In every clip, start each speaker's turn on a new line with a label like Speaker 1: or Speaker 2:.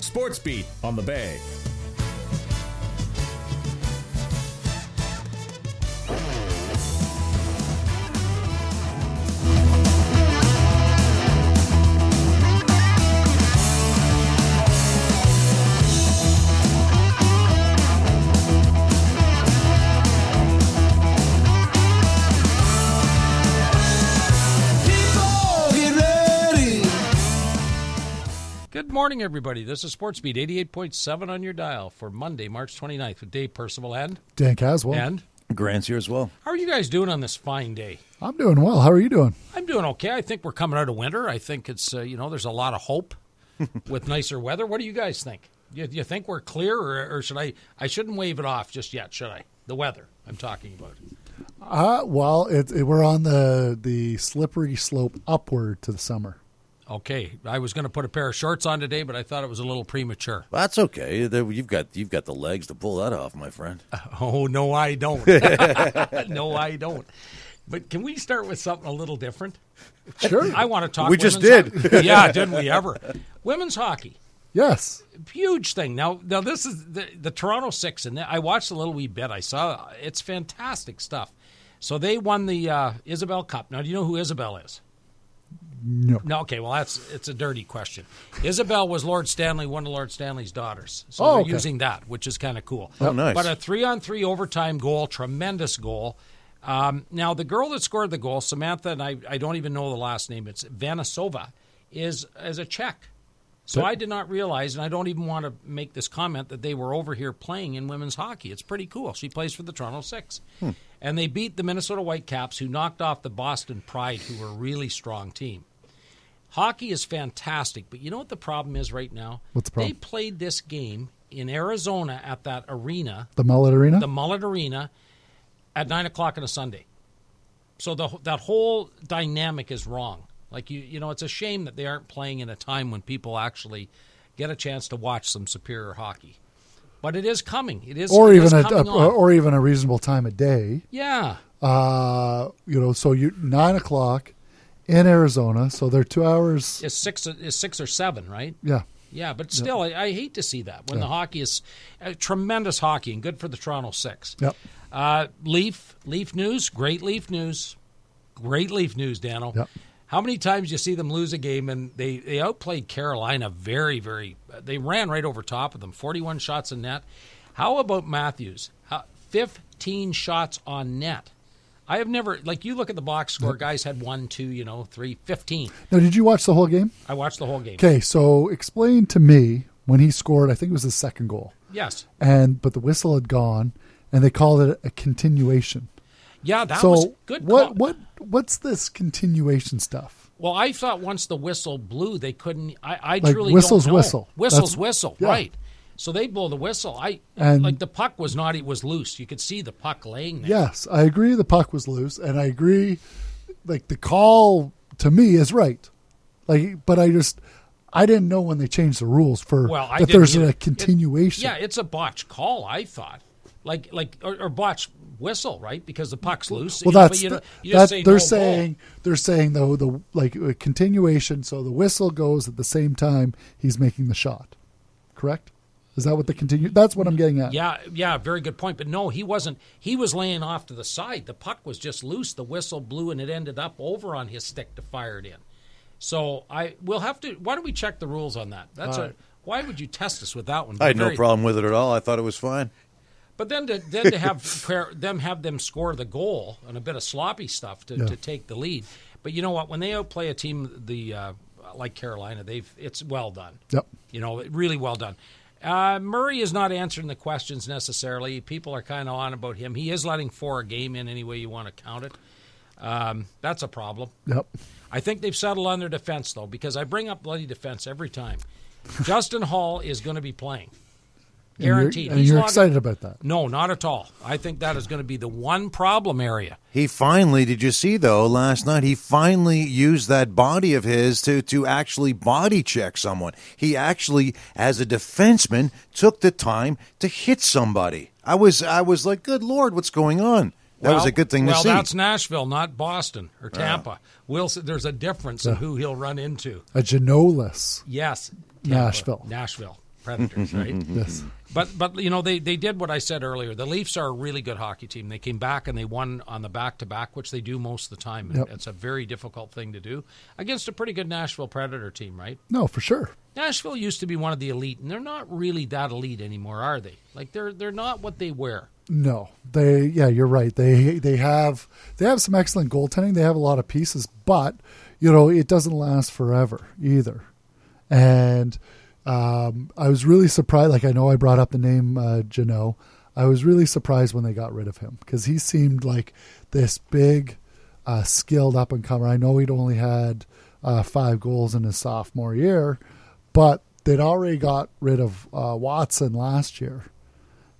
Speaker 1: Sports Beat on the Bay.
Speaker 2: Good morning, everybody. This is SportsBeat 88.7 on your dial for Monday, March 29th with Dave Percival and,
Speaker 3: Dan Caswell.
Speaker 2: and
Speaker 4: Grant's here as well.
Speaker 2: how are you guys doing on this fine day?
Speaker 3: I'm doing well. How are you doing?
Speaker 2: I'm doing okay. I think we're coming out of winter. I think it's, uh, you know, there's a lot of hope with nicer weather. What do you guys think? You, you think we're clear or, or should I? I shouldn't wave it off just yet, should I? The weather I'm talking about.
Speaker 3: Uh, well, it, it, we're on the the slippery slope upward to the summer.
Speaker 2: Okay. I was going to put a pair of shorts on today, but I thought it was a little premature.
Speaker 4: Well, that's okay. There- You've got you've got the legs to pull that off, my friend.
Speaker 2: Oh no, I don't. no, I don't. But can we start with something a little different?
Speaker 3: Sure.
Speaker 2: I want to talk.
Speaker 4: We just
Speaker 2: women's hockey. yeah, didn't we ever? Women's hockey,
Speaker 3: yes.
Speaker 2: huge thing. Now, now this is the, the Toronto Six, and I watched a little wee bit. I saw it's fantastic stuff. So they won the uh, Isabel Cup. Now, do you know who Isabel is?
Speaker 3: No.
Speaker 2: No, okay. Well, that's it's a dirty question. Isabel was Lord Stanley, one of Lord Stanley's daughters. So
Speaker 3: Oh,
Speaker 2: they're
Speaker 3: okay.
Speaker 2: using that, which is kind of cool.
Speaker 4: Oh, nice.
Speaker 2: But a three-on-three overtime goal, tremendous goal. Um, now, the girl that scored the goal, Samantha, and I, I don't even know the last name. It's Vanasova, is as a Czech. So I did not realize, and I don't even want to make this comment that they were over here playing in women's hockey. It's pretty cool. She plays for the Toronto Six,
Speaker 3: Hmm.
Speaker 2: and they beat the Minnesota Whitecaps, who knocked off the Boston Pride, who were a really strong team. Hockey is fantastic, but you know what the problem is right now?
Speaker 3: What's the problem?
Speaker 2: They played this game in Arizona at that arena,
Speaker 3: The Mullet Arena.
Speaker 2: the Mullet Arena, at nine o'clock on a Sunday. So the that whole dynamic is wrong. Like you, you know, it's a shame that they aren't playing in a time when people actually get a chance to watch some superior hockey. But it is coming. It is,
Speaker 3: or
Speaker 2: it
Speaker 3: even
Speaker 2: is
Speaker 3: a,
Speaker 2: coming
Speaker 3: a-
Speaker 2: on.
Speaker 3: or even a reasonable time of day.
Speaker 2: yeah.
Speaker 3: Uh, you know, so you nine o'clock in Arizona. So they're two hours.
Speaker 2: Is six is six or seven, right?
Speaker 3: Yeah.
Speaker 2: Yeah, but still, I, I hate to see that when the hockey is uh, tremendous hockey and good for the Toronto Six.
Speaker 3: Yep.
Speaker 2: Uh, Leaf, Leaf News, great Leaf News, great Leaf News, Dano.
Speaker 3: Yep.
Speaker 2: How many times you see them lose a game and they, they outplayed Carolina very, very. They ran right over top of them, 41 shots in net. How about Matthews? How, 15 shots on net. I have never, like, you look at the box score, guys had one, two, you know, three, 15.
Speaker 3: Now, did you watch the whole game?
Speaker 2: I watched the whole game.
Speaker 3: Okay. So explain to me when he scored. I think it was his second goal,
Speaker 2: Yes.
Speaker 3: and but the whistle had gone, and they called it a continuation.
Speaker 2: Yeah, that
Speaker 3: so
Speaker 2: was good.
Speaker 3: what
Speaker 2: call.
Speaker 3: what what's this continuation stuff?
Speaker 2: Well, I thought once the whistle blew, they couldn't. I, I
Speaker 3: Like,
Speaker 2: truly
Speaker 3: whistle's
Speaker 2: don't know.
Speaker 3: whistle.
Speaker 2: Whistle's
Speaker 3: That's-
Speaker 2: whistle,
Speaker 3: yeah.
Speaker 2: right? So they blow the whistle. I
Speaker 3: And-
Speaker 2: like the puck was not; it was loose. You could see the puck laying there.
Speaker 3: Yes, I agree the puck was loose and I agree like the call to me is right. Like but I just I didn't know when they changed the rules for
Speaker 2: Well, I
Speaker 3: that
Speaker 2: didn't
Speaker 3: there's
Speaker 2: either.
Speaker 3: a
Speaker 2: It-
Speaker 3: continuation.
Speaker 2: Yeah, it's a botch call. I thought, like, like or, or botch whistle, right? Because the puck's loose.
Speaker 3: well,
Speaker 2: You-
Speaker 3: that's
Speaker 2: but you,
Speaker 3: the-
Speaker 2: don't- you
Speaker 3: that
Speaker 2: just say
Speaker 3: they're
Speaker 2: no goal.
Speaker 3: saying they're saying though the like a continuation. So the whistle goes at the same time he's making the shot. Correct? Is that what the continue? That's what I'm getting at.
Speaker 2: Yeah, yeah, very good point. But no, he wasn't. He was laying off to the side. The puck was just loose. The whistle blew, and it ended up over on his stick to fire it in. So I will have to. Why don't we check the rules on that? That's a. Why would you test us with that one?
Speaker 4: I had no
Speaker 2: Very-
Speaker 4: problem with it at all. I thought it was fine.
Speaker 2: But then to then to have prayer- them have them score the goal and a bit of sloppy stuff to, to take the lead. But you know what? When they outplay a team the uh, like Carolina, they've it's well done.
Speaker 3: Yep.
Speaker 2: You know, really well done. Uh, Murray is not answering the questions necessarily. People are kind of on about him. He is letting four a game in any way you want to count it. Um, that's a problem.
Speaker 3: Yep.
Speaker 2: I think they've settled on their defense though, because I bring up bloody defense every time. Justin Hall is going to be playing,
Speaker 3: And you're-
Speaker 2: guaranteed.
Speaker 3: And
Speaker 2: He's
Speaker 3: you're,
Speaker 2: logging-
Speaker 3: excited about that.
Speaker 2: no, not at all. I think that is going to be the one problem area.
Speaker 4: He finally, did you see though last night? He finally used that body of his to to actually body check someone. He actually, as a defenseman, took the time to hit somebody. I was I was like, good lord, what's going on? That was
Speaker 2: Well-
Speaker 4: a good thing to
Speaker 2: well,
Speaker 4: see. Uh-huh.
Speaker 2: that's Nashville, not Boston or Tampa. Wilson, there's a difference in who he'll run into.
Speaker 3: A Genolis.
Speaker 2: Yes,
Speaker 3: Nashville.
Speaker 2: Nashville. Predators, right?
Speaker 3: Yes.
Speaker 2: But but you know they they did what I said earlier. The Leafs are a really good hockey team. They came back and they won on the back to back, which they do most of the time.
Speaker 3: Yep.
Speaker 2: It's a very difficult thing to do against a pretty good Nashville Predator team, right?
Speaker 3: No, for sure.
Speaker 2: Nashville used to be one of the elite, and they're not really that elite anymore, are they? Like they're they're not what they wear.
Speaker 3: No, they. Yeah, you're right. They they have they have some excellent goaltending. They have a lot of pieces, but you know it doesn't last forever either. And um, I was really surprised. Like I know I brought up the name uh, Janot. I was really surprised when they got rid of him because he seemed like this big, uh, skilled up and comer. I know he'd only had uh, five goals in his sophomore year, but they'd already got rid of uh, Watson last year.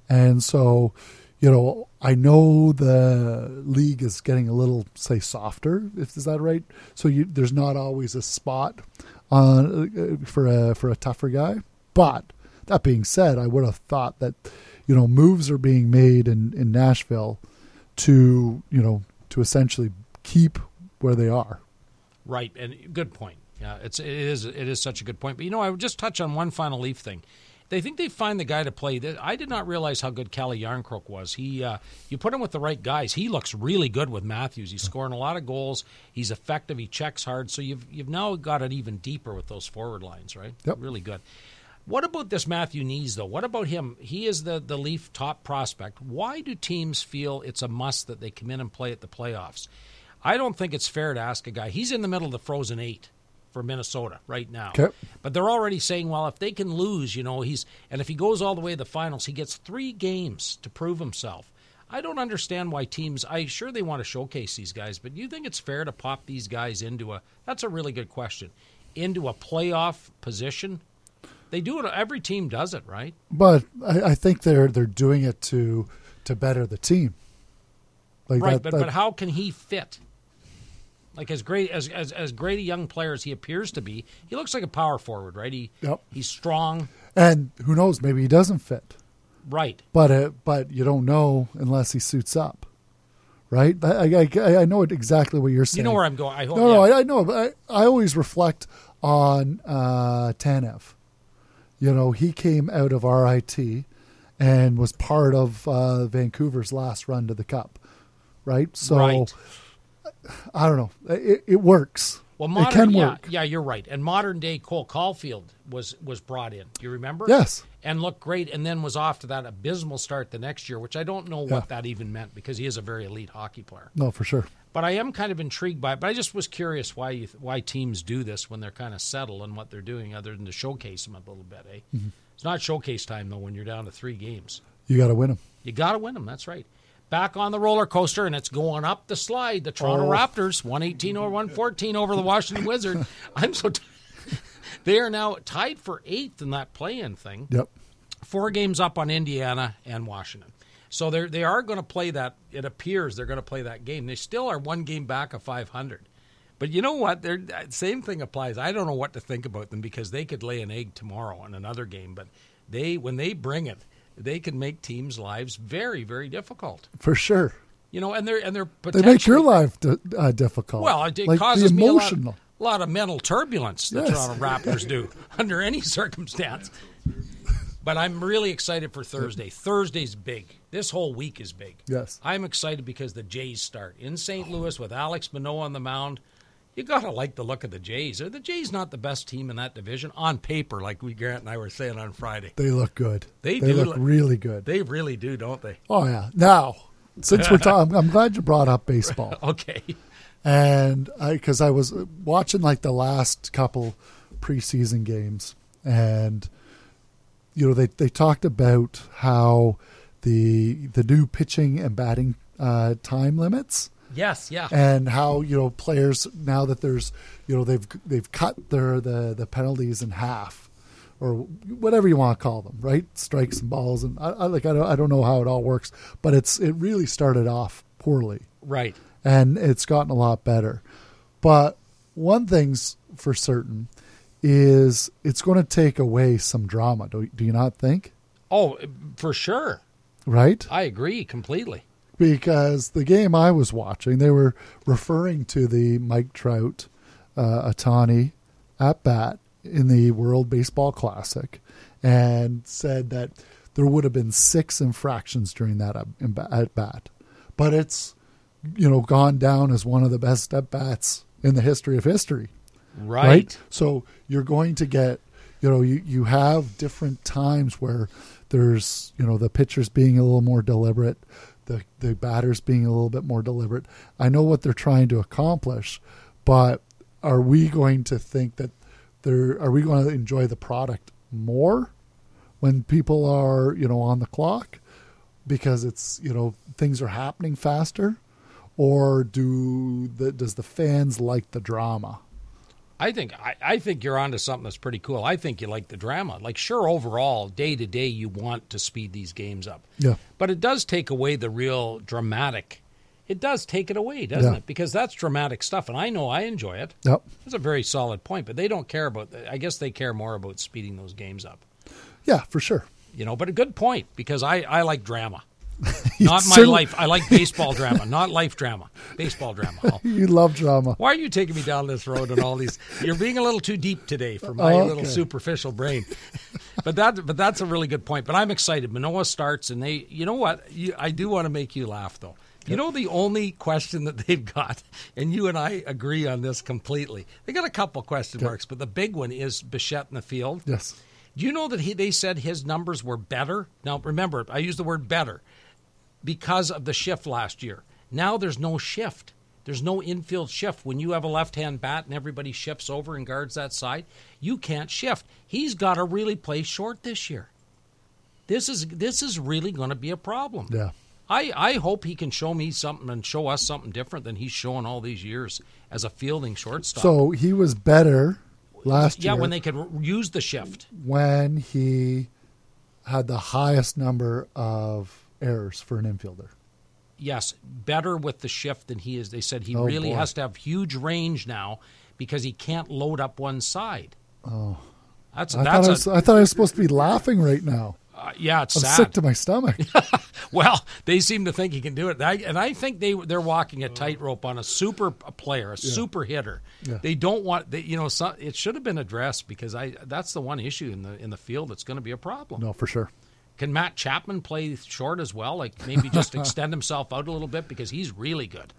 Speaker 3: And so, you know, I know the league is getting a little, say, softer. If is that right? So you, there's not always a spot on uh, for a for a tougher guy. But that being said, I would have thought that you know moves are being made in in Nashville to you know to essentially keep where they are.
Speaker 2: Right, and good point. Yeah, it's it is it is such a good point. But you know, I would just touch on one final Leaf thing. They think they find the guy to play. That I did not realize how good Callie Yarncroke was. He, uh, you put him with the right guys, he looks really good with Matthews. He's scoring a lot of goals. He's effective. He checks hard. So you've you've now got it even deeper with those forward lines, right?
Speaker 3: Yep.
Speaker 2: Really good. What about this Matthew Knees though? What about him? He is the the Leaf top prospect. Why do teams feel it's a must that they come in and play at the playoffs? I don't think it's fair to ask a guy. He's in the middle of the Frozen Eight for Minnesota right now.
Speaker 3: Okay.
Speaker 2: But they're already saying, well, if they can lose, you know, he's and if he goes all the way to the finals, he gets three games to prove himself. I don't understand why teams. I sure they want to showcase these guys, but do you think it's fair to pop these guys into a? That's a really good question. Into a playoff position, they do it. Every team does it, right?
Speaker 3: But I, I think they're they're doing it to to better the team. Like
Speaker 2: right,
Speaker 3: that-
Speaker 2: but,
Speaker 3: that-
Speaker 2: but how can he fit? Like as great as, as as great a young player as he appears to be, he looks like a power forward, right? He
Speaker 3: Yep.
Speaker 2: he's strong,
Speaker 3: and who knows? Maybe he doesn't fit.
Speaker 2: right?
Speaker 3: but uh, but you don't know unless he suits up, right? I, I- I, I know it- exactly what you're saying.
Speaker 2: You know where I'm going. I hope.
Speaker 3: no, no,
Speaker 2: yeah.
Speaker 3: I, I know. But I, I always reflect on uh, Tanev. You know, he came out of RIT and was part of uh, Vancouver's last run to the Cup, right? So
Speaker 2: Right.
Speaker 3: I don't know. It, it works.
Speaker 2: well,
Speaker 3: it
Speaker 2: modern,
Speaker 3: can
Speaker 2: yeah,
Speaker 3: work.
Speaker 2: yeah, you're right. And modern day Cole Caulfield was was brought in. Do you remember?
Speaker 3: Yes.
Speaker 2: and looked great, and then was off to that abysmal start the next year, which I don't know
Speaker 3: Yeah.
Speaker 2: what that even meant because he is a very elite hockey player.
Speaker 3: No, for sure.
Speaker 2: But I am kind of intrigued by it. But I just was curious why you, why teams do this when they're kind of settled on what they're doing, other than to showcase them a little bit. Eh? It's not showcase time though when you're down to three games.
Speaker 3: You got to win him.
Speaker 2: You got to win them. That's right. Back on the roller coaster, and it's going up the slide. The Toronto Raptors, 118 over 114 over the Washington Wizards. I'm so. T- they are now tied for eighth in that play-in thing
Speaker 3: Yep.
Speaker 2: four games up on Indiana and Washington. So they they are going to play that. It appears they're going to play that game. They still are one game back of 500. But you know what? They're, that same thing applies. I don't know what to think about them because they could lay an egg tomorrow in another game. But they when they bring it, they can make teams' lives very very difficult.
Speaker 3: For sure.
Speaker 2: You know, and they're and they're
Speaker 3: They make your life di- uh, difficult.
Speaker 2: well, it, it
Speaker 3: like
Speaker 2: causes
Speaker 3: the
Speaker 2: me a lot,
Speaker 3: emotional.
Speaker 2: lot of mental turbulence. The
Speaker 3: Yes.
Speaker 2: Toronto Raptors do under any circumstance. But I'm really excited for Thursday. Thursday's big. This whole week is big.
Speaker 3: Yes.
Speaker 2: I'm excited because the Jays start in St. Louis with Alex Manoa on the mound. You gotta like the look of the Jays. Are the Jays not the best team in that division on paper? Like we Grant and I were saying on Friday,
Speaker 3: They look good.
Speaker 2: They
Speaker 3: they
Speaker 2: do
Speaker 3: look
Speaker 2: look-
Speaker 3: really good.
Speaker 2: they really do, don't they?
Speaker 3: oh yeah. Now, since we're talking, I'm glad you brought up baseball,
Speaker 2: Okay,
Speaker 3: and I because I was watching like the last couple preseason games, and you know they they talked about how the the new pitching and batting uh, time limits
Speaker 2: yes, yeah,
Speaker 3: and how you know players now that there's you know they've they've cut their the the penalties in half or whatever you want to call them right strikes and balls and I, I like I don't I don't know how it all works but it's it really started off poorly
Speaker 2: right,
Speaker 3: and it's gotten a lot better but one thing's for certain is it's going to take away some drama do, do you not think
Speaker 2: oh, for sure.
Speaker 3: right
Speaker 2: I agree completely.
Speaker 3: because the game I was watching, they were referring to the Mike Trout, uh, Atani at bat in the World Baseball Classic and said that there would have been six infractions during that at bat. But it's, you know, gone down as one of the best at bats in the history of history.
Speaker 2: Right.
Speaker 3: So you're going to get, you know, you, you have different times where there's, you know, the pitchers being a little more deliberate, the, the batters being a little bit more deliberate. I know what they're trying to accomplish, but are we going to think that there are we going to enjoy the product more when people are, you know, on the clock because it's, you know, things are happening faster? Or do the, does the fans like the drama?
Speaker 2: I think I, I think you're onto something that's pretty cool. I think you like the drama. Like sure overall, day to day you want to speed these games up.
Speaker 3: Yeah.
Speaker 2: But it does take away the real dramatic. It does take it away, doesn't
Speaker 3: Yeah.
Speaker 2: it? Because that's dramatic stuff and I know I enjoy it.
Speaker 3: Yep.
Speaker 2: That's a very solid point, but they don't care about I guess they care more about speeding those games up.
Speaker 3: Yeah, for sure.
Speaker 2: You know, but a good point because I, I like drama. Not my
Speaker 3: certainly-
Speaker 2: life. I like baseball drama, not life drama. Baseball drama. I'll-
Speaker 3: You love drama.
Speaker 2: Why are you taking me down this road and all these? You're being a little too deep today for my
Speaker 3: Oh,
Speaker 2: little
Speaker 3: okay.
Speaker 2: superficial brain. But that, but that's a really good point. But I'm excited. Manoa starts, and they, you know what? You, I do want to make you laugh though. You know the only question that they've got, and you and I agree on this completely. They got a couple question marks, but the big one is Bichette in the field.
Speaker 3: Yes.
Speaker 2: Do you know that he, they said his numbers were better? Now, remember, I used the word better because of the shift last year. Now there's no shift. There's no infield shift. When you have a left hand bat and everybody shifts over and guards that side, you can't shift. He's got to really play short this year. This is this is really going to be a problem.
Speaker 3: Yeah.
Speaker 2: I, I hope he can show me something and show us something different than he's shown all these years as a fielding shortstop.
Speaker 3: So he was better last
Speaker 2: yeah,
Speaker 3: year
Speaker 2: when they could r- use the shift.
Speaker 3: when he had the highest number of errors for an infielder.
Speaker 2: yes, better with the shift than he is. They said he
Speaker 3: Oh,
Speaker 2: really
Speaker 3: boy.
Speaker 2: has to have huge range now because he can't load up one side. Oh, that's
Speaker 3: I
Speaker 2: that's
Speaker 3: thought I,
Speaker 2: a,
Speaker 3: was, I thought I was supposed to be laughing right now.
Speaker 2: uh, yeah, it's
Speaker 3: I'm
Speaker 2: sad.
Speaker 3: sick to my stomach.
Speaker 2: well, they seem to think he can do it, and I, and I think they they're walking a tightrope on a super player, a super hitter.
Speaker 3: Yeah.
Speaker 2: They don't want they, you know some, it should have been addressed because I that's the one issue in the in the field that's going to be a problem.
Speaker 3: no, for sure.
Speaker 2: Can Matt Chapman play short as well? Like maybe just extend himself out a little bit because he's really good.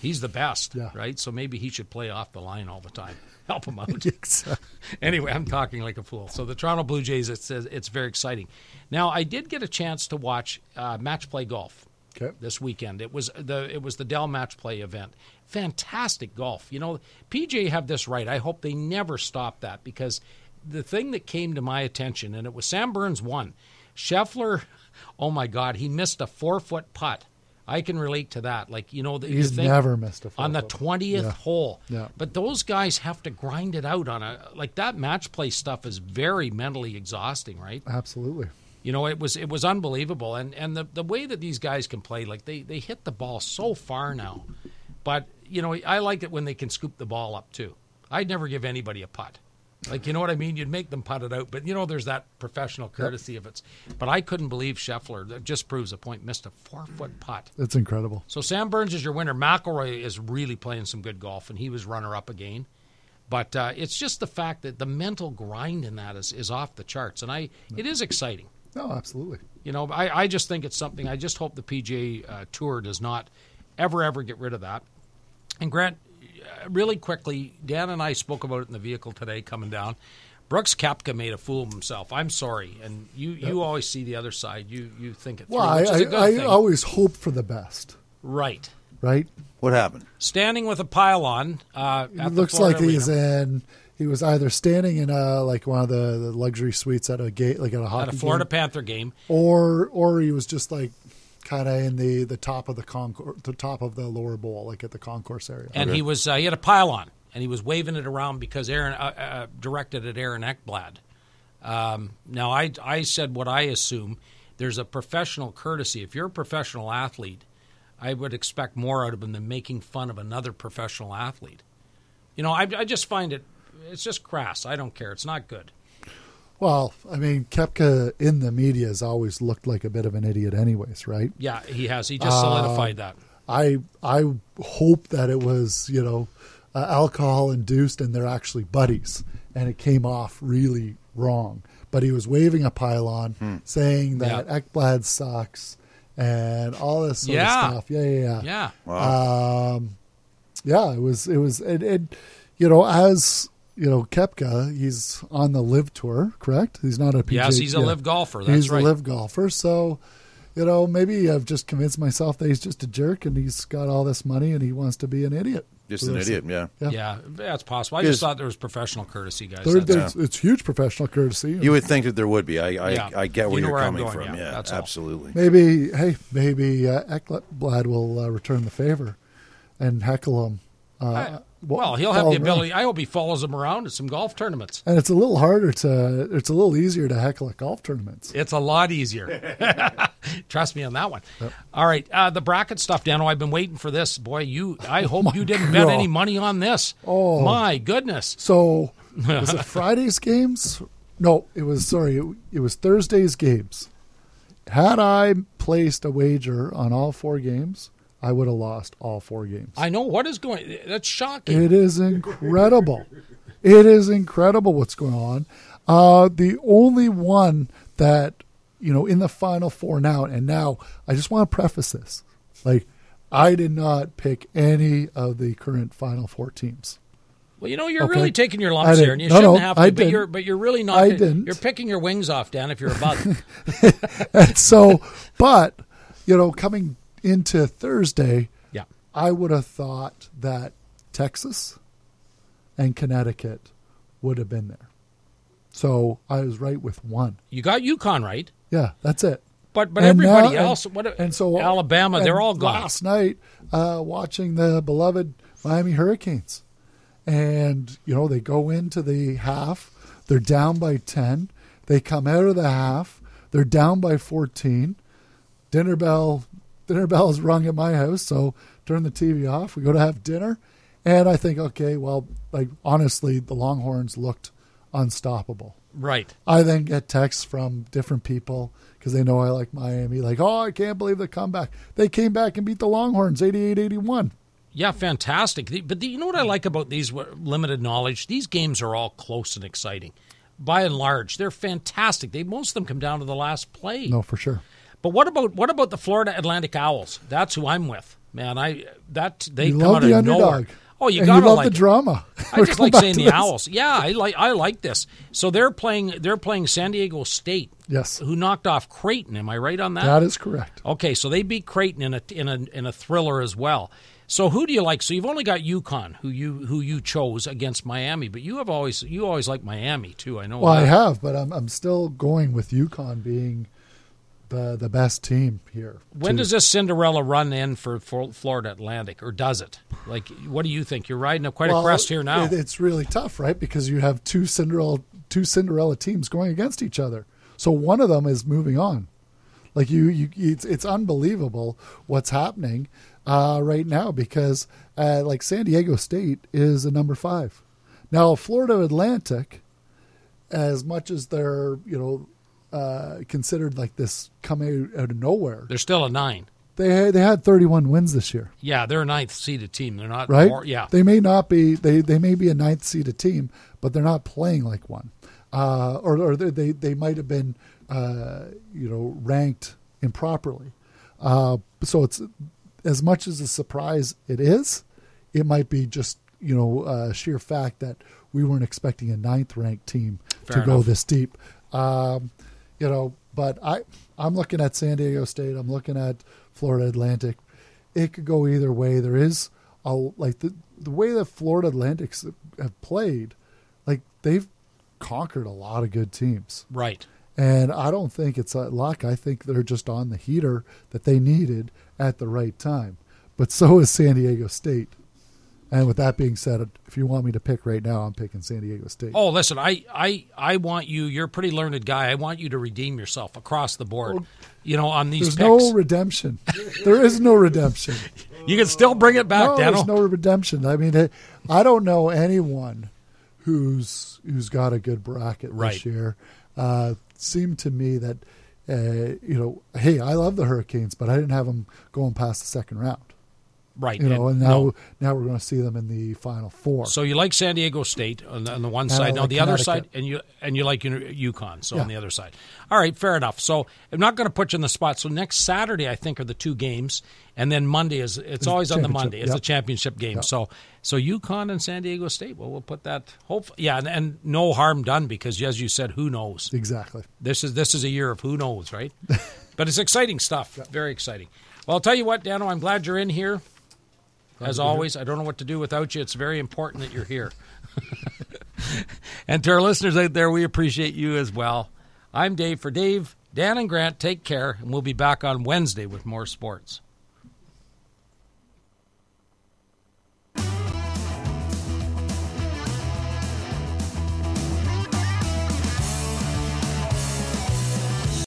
Speaker 2: He's the best,
Speaker 3: Yeah.
Speaker 2: right? So maybe he should play off the line all the time. Help him out.
Speaker 3: Exactly.
Speaker 2: anyway, I'm talking like a fool. So the Toronto Blue Jays, it says it's very exciting. Now I did get a chance to watch uh, match play golf
Speaker 3: Okay.
Speaker 2: this weekend. It was the it was the Dell match play event. Fantastic golf. You know, PJ have this right. I hope they never stop that because the thing that came to my attention and it was Sam Burns won. Scheffler, oh my God, he missed a four foot putt. I can relate to that. Like you know, that you
Speaker 3: He's
Speaker 2: think-
Speaker 3: never missed a
Speaker 2: on the
Speaker 3: four-foot.
Speaker 2: twentieth
Speaker 3: Yeah.
Speaker 2: hole.
Speaker 3: Yeah.
Speaker 2: But those guys have to grind it out on a like that match play stuff is very mentally exhausting, right?
Speaker 3: Absolutely.
Speaker 2: You know, it was it was unbelievable, and and the the way that these guys can play, like they they hit the ball so far now, but you know I like it when they can scoop the ball up too. I'd never give anybody a putt, like you know what I mean. You'd make them putt it out, but you know there's that professional courtesy of it's. But I couldn't believe Scheffler. That just proves a point. Missed a four foot putt.
Speaker 3: It's incredible.
Speaker 2: So Sam Burns is your winner. McElroy is really playing some good golf, and he was runner up again. But uh, it's just the fact that the mental grind in that is, is off the charts, and I it is exciting.
Speaker 3: No, absolutely.
Speaker 2: You know, I, I just think it's something. I just hope the PGA uh, Tour does not ever ever get rid of that. And Grant, uh, really quickly, Dan and I spoke about it in the vehicle today coming down. Brooks Kepka made a fool of himself. I'm sorry, and you you always see the other side. You you think it through,
Speaker 3: Well, I,
Speaker 2: which is a
Speaker 3: I,
Speaker 2: good
Speaker 3: I
Speaker 2: thing,
Speaker 3: always hope for the best,
Speaker 2: right?
Speaker 3: right?
Speaker 4: What happened?
Speaker 2: standing with a pylon. Uh, at
Speaker 3: It
Speaker 2: the
Speaker 3: looks
Speaker 2: Florida
Speaker 3: like he's
Speaker 2: Arena
Speaker 3: in. He was either standing in a like one of the, the luxury suites at a gate, like at a hockey
Speaker 2: at a Florida
Speaker 3: game,
Speaker 2: Panther game.
Speaker 3: or or he was just like kind of in the the top of the concourse, the top of the lower bowl, like at the concourse area.
Speaker 2: and he was uh, he had a pylon and he was waving it around because Aaron uh, uh, directed at Aaron Eckblad. Um, now I I said what I assume. There's a professional courtesy. If you're a professional athlete, I would expect more out of him than making fun of another professional athlete. You know, I, I just find it it's just crass. I don't care. It's not good.
Speaker 3: well, I mean, Kepka in the media has always looked like a bit of an idiot, anyways, right? Uh,
Speaker 2: Yeah, he has. He just solidified that.
Speaker 3: I I hope that it was you know uh, alcohol induced and they're actually buddies. And it came off really wrong. But he was waving a pylon
Speaker 2: Hmm.
Speaker 3: saying that Ekblad sucks and all this sort
Speaker 2: Yeah.
Speaker 3: of stuff. Yeah, yeah, yeah.
Speaker 2: Yeah.
Speaker 3: Yeah, it was it was and, and you know, as you know, Kepka, he's on the live tour, correct? He's not a PGA.
Speaker 2: yes, he's a
Speaker 3: yeah.
Speaker 2: live golfer. That's
Speaker 3: he's
Speaker 2: right.
Speaker 3: a live golfer, so you know, maybe I've just convinced myself that he's just a jerk and he's got all this money and he wants to be an idiot.
Speaker 4: Just an idiot, yeah.
Speaker 3: Yeah.
Speaker 2: Yeah, that's possible. I just
Speaker 4: Because-
Speaker 2: thought there was professional courtesy, guys.
Speaker 3: There-
Speaker 2: That's-
Speaker 3: there's- It's huge professional courtesy.
Speaker 4: You would think that there would be. I I,
Speaker 2: Yeah.
Speaker 4: I get where
Speaker 2: You know
Speaker 4: are
Speaker 2: where I'm
Speaker 4: coming
Speaker 2: going,
Speaker 4: from.
Speaker 2: yeah,
Speaker 4: Yeah,
Speaker 2: that's all.
Speaker 4: absolutely.
Speaker 3: maybe, hey, maybe uh, Ekblad will uh, return the favor and heckle him. Uh,
Speaker 2: I-
Speaker 3: wa-
Speaker 2: well, he'll have
Speaker 3: follow
Speaker 2: the
Speaker 3: him
Speaker 2: ability.
Speaker 3: around.
Speaker 2: I hope he follows him around at some golf tournaments.
Speaker 3: And it's a little harder to, it's a little easier to heckle at golf tournaments.
Speaker 2: It's a lot easier. Trust me on that one. All right, uh, the bracket stuff, Dano. I've been waiting for this. Boy, you. I hope you didn't bet
Speaker 3: Oh God.
Speaker 2: any money on this.
Speaker 3: Oh.
Speaker 2: my goodness.
Speaker 3: So was it Friday's games? No, it was sorry, it, it was Thursday's games. Had I placed a wager on all four games, I would have lost all four games.
Speaker 2: I know what is going. That's shocking.
Speaker 3: It is incredible. it is incredible what's going on. Uh, the only one that you know in the final four now, and now I just want to preface this: like I did not pick any of the current final four teams.
Speaker 2: well, you know, you're
Speaker 3: Okay.
Speaker 2: really taking your
Speaker 3: I
Speaker 2: lumps here,
Speaker 3: didn't.
Speaker 2: and you
Speaker 3: No,
Speaker 2: shouldn't
Speaker 3: no,
Speaker 2: have to.
Speaker 3: I
Speaker 2: but
Speaker 3: didn't.
Speaker 2: you're, but you're really not.
Speaker 3: I
Speaker 2: gonna-
Speaker 3: didn't.
Speaker 2: You're picking your wings off, Dan. If you're a bug.
Speaker 3: And so, but you know, coming into Thursday,
Speaker 2: yeah.
Speaker 3: I would have thought that Texas and Connecticut would have been there. So I was right with one.
Speaker 2: You got UConn right,
Speaker 3: Yeah, that's it.
Speaker 2: but but
Speaker 3: And
Speaker 2: everybody
Speaker 3: now-
Speaker 2: else.
Speaker 3: and,
Speaker 2: what?
Speaker 3: and so
Speaker 2: Alabama.
Speaker 3: and
Speaker 2: they're all gone.
Speaker 3: Last night, uh, watching the beloved Miami Hurricanes, and you know they go into the half, they're down by ten. They come out of the half, they're down by fourteen. Dinner bell, dinner bell is rung at my house, so turn the TV off. We go to have dinner, and I think, okay, well, like honestly, the Longhorns looked unstoppable.
Speaker 2: Right.
Speaker 3: I then get texts from different people because they know I like Miami. Like, oh, I can't believe the comeback. They came back and beat the Longhorns 88 81.
Speaker 2: Yeah, fantastic. The- But the, you know what I like about these w- limited knowledge? These games are all close and exciting. By and large, they're fantastic. They most of them come down to the last play.
Speaker 3: No, for sure.
Speaker 2: But what about what about the Florida Atlantic Owls? That's who I'm with, man. I that they
Speaker 3: You
Speaker 2: come
Speaker 3: love
Speaker 2: out
Speaker 3: the
Speaker 2: of
Speaker 3: underdog.
Speaker 2: nowhere. Oh, you
Speaker 3: and
Speaker 2: gotta
Speaker 3: you love
Speaker 2: like
Speaker 3: the
Speaker 2: it.
Speaker 3: drama.
Speaker 2: I
Speaker 3: We're
Speaker 2: just
Speaker 3: going
Speaker 2: like
Speaker 3: back
Speaker 2: saying
Speaker 3: to
Speaker 2: the
Speaker 3: this.
Speaker 2: Owls. Yeah, I like I like this. So they're playing they're playing San Diego State,
Speaker 3: Yes,
Speaker 2: who knocked off Creighton. Am I right on that?
Speaker 3: that is correct.
Speaker 2: Okay, so they beat Creighton in a in a in a thriller as well. So who do you like? So you've only got UConn, who you who you chose against Miami, but you have always you always like Miami too. I know.
Speaker 3: Well, I
Speaker 2: that.
Speaker 3: have, but I'm, I'm still going with UConn being the the best team here.
Speaker 2: when
Speaker 3: too.
Speaker 2: does this Cinderella run in for, for Florida Atlantic, or does it? Like, what do you think? You're riding up quite a crest here now.
Speaker 3: it- it's really tough, right? Because you have two Cinderella two Cinderella teams going against each other. So one of them is moving on. Like you, you it's, it's unbelievable what's happening uh, right now because uh, like San Diego State is a number five. Now Florida Atlantic, as much as they're you know uh, considered like this coming out, out of nowhere,
Speaker 2: They're still a nine.
Speaker 3: they they had thirty one wins this year
Speaker 2: Yeah, they're a ninth seeded team. They're not.
Speaker 3: right?
Speaker 2: More, yeah.
Speaker 3: They may not be they they may be a ninth seeded team, but they're not playing like one, uh, or or they- they they might have been uh, you know ranked improperly. Uh, so it's as much as a surprise it is, it might be just you know uh, sheer fact that we weren't expecting a ninth ranked team
Speaker 2: Fair
Speaker 3: to go
Speaker 2: enough.
Speaker 3: this deep. Um, you know, but I I'm looking at San Diego State. I'm looking at Florida Atlantic. It could go either way. There is a like the the way that Florida Atlantics have played, like they've conquered a lot of good teams.
Speaker 2: right.
Speaker 3: And I don't think it's a luck. I think they're just on the heater that they needed at the right time. But so is San Diego State. And with that being said, if you want me to pick right now, I'm picking San Diego State.
Speaker 2: Oh, listen, I, I, I want you. You're a pretty learned guy. I want you to redeem yourself across the board. you know, on these
Speaker 3: There's
Speaker 2: picks,
Speaker 3: no redemption. There is no redemption.
Speaker 2: you can still bring it back,
Speaker 3: No,
Speaker 2: Daniel.
Speaker 3: there's no redemption. I mean, it, I don't know anyone who's who's got a good bracket
Speaker 2: Right.
Speaker 3: this year. Uh, seemed to me that uh, you know, hey, I love the Hurricanes, but I didn't have them going past the second round.
Speaker 2: Right.
Speaker 3: You know,
Speaker 2: and
Speaker 3: and now
Speaker 2: no.
Speaker 3: now we're going to see them in the final four.
Speaker 2: So you like San Diego State on the, on the one
Speaker 3: I
Speaker 2: side,
Speaker 3: like
Speaker 2: now the other side,
Speaker 3: Connecticut.
Speaker 2: and you and you like Uni- UConn, so on
Speaker 3: Yeah.
Speaker 2: the other side. All right, fair enough. So I'm not going to put you in the spot. So next Saturday, I think, are the two games, and then Monday is it's always on the
Speaker 3: championship,
Speaker 2: Monday. It's
Speaker 3: yep.
Speaker 2: a championship game. So so UConn and San Diego State. Well, we'll put that. Hope yeah, and, and no harm done because as you said, who knows?
Speaker 3: exactly.
Speaker 2: This is this is a year of who knows, right? but it's exciting stuff. Very exciting. Well, I'll tell you what, Dano, I'm glad you're in here. As always, I don't know what to do without you. It's very important that you're here. and to our listeners out there, we appreciate you as well. I'm Dave for Dave, Dan and Grant. Take care, and we'll be back on Wednesday with more sports.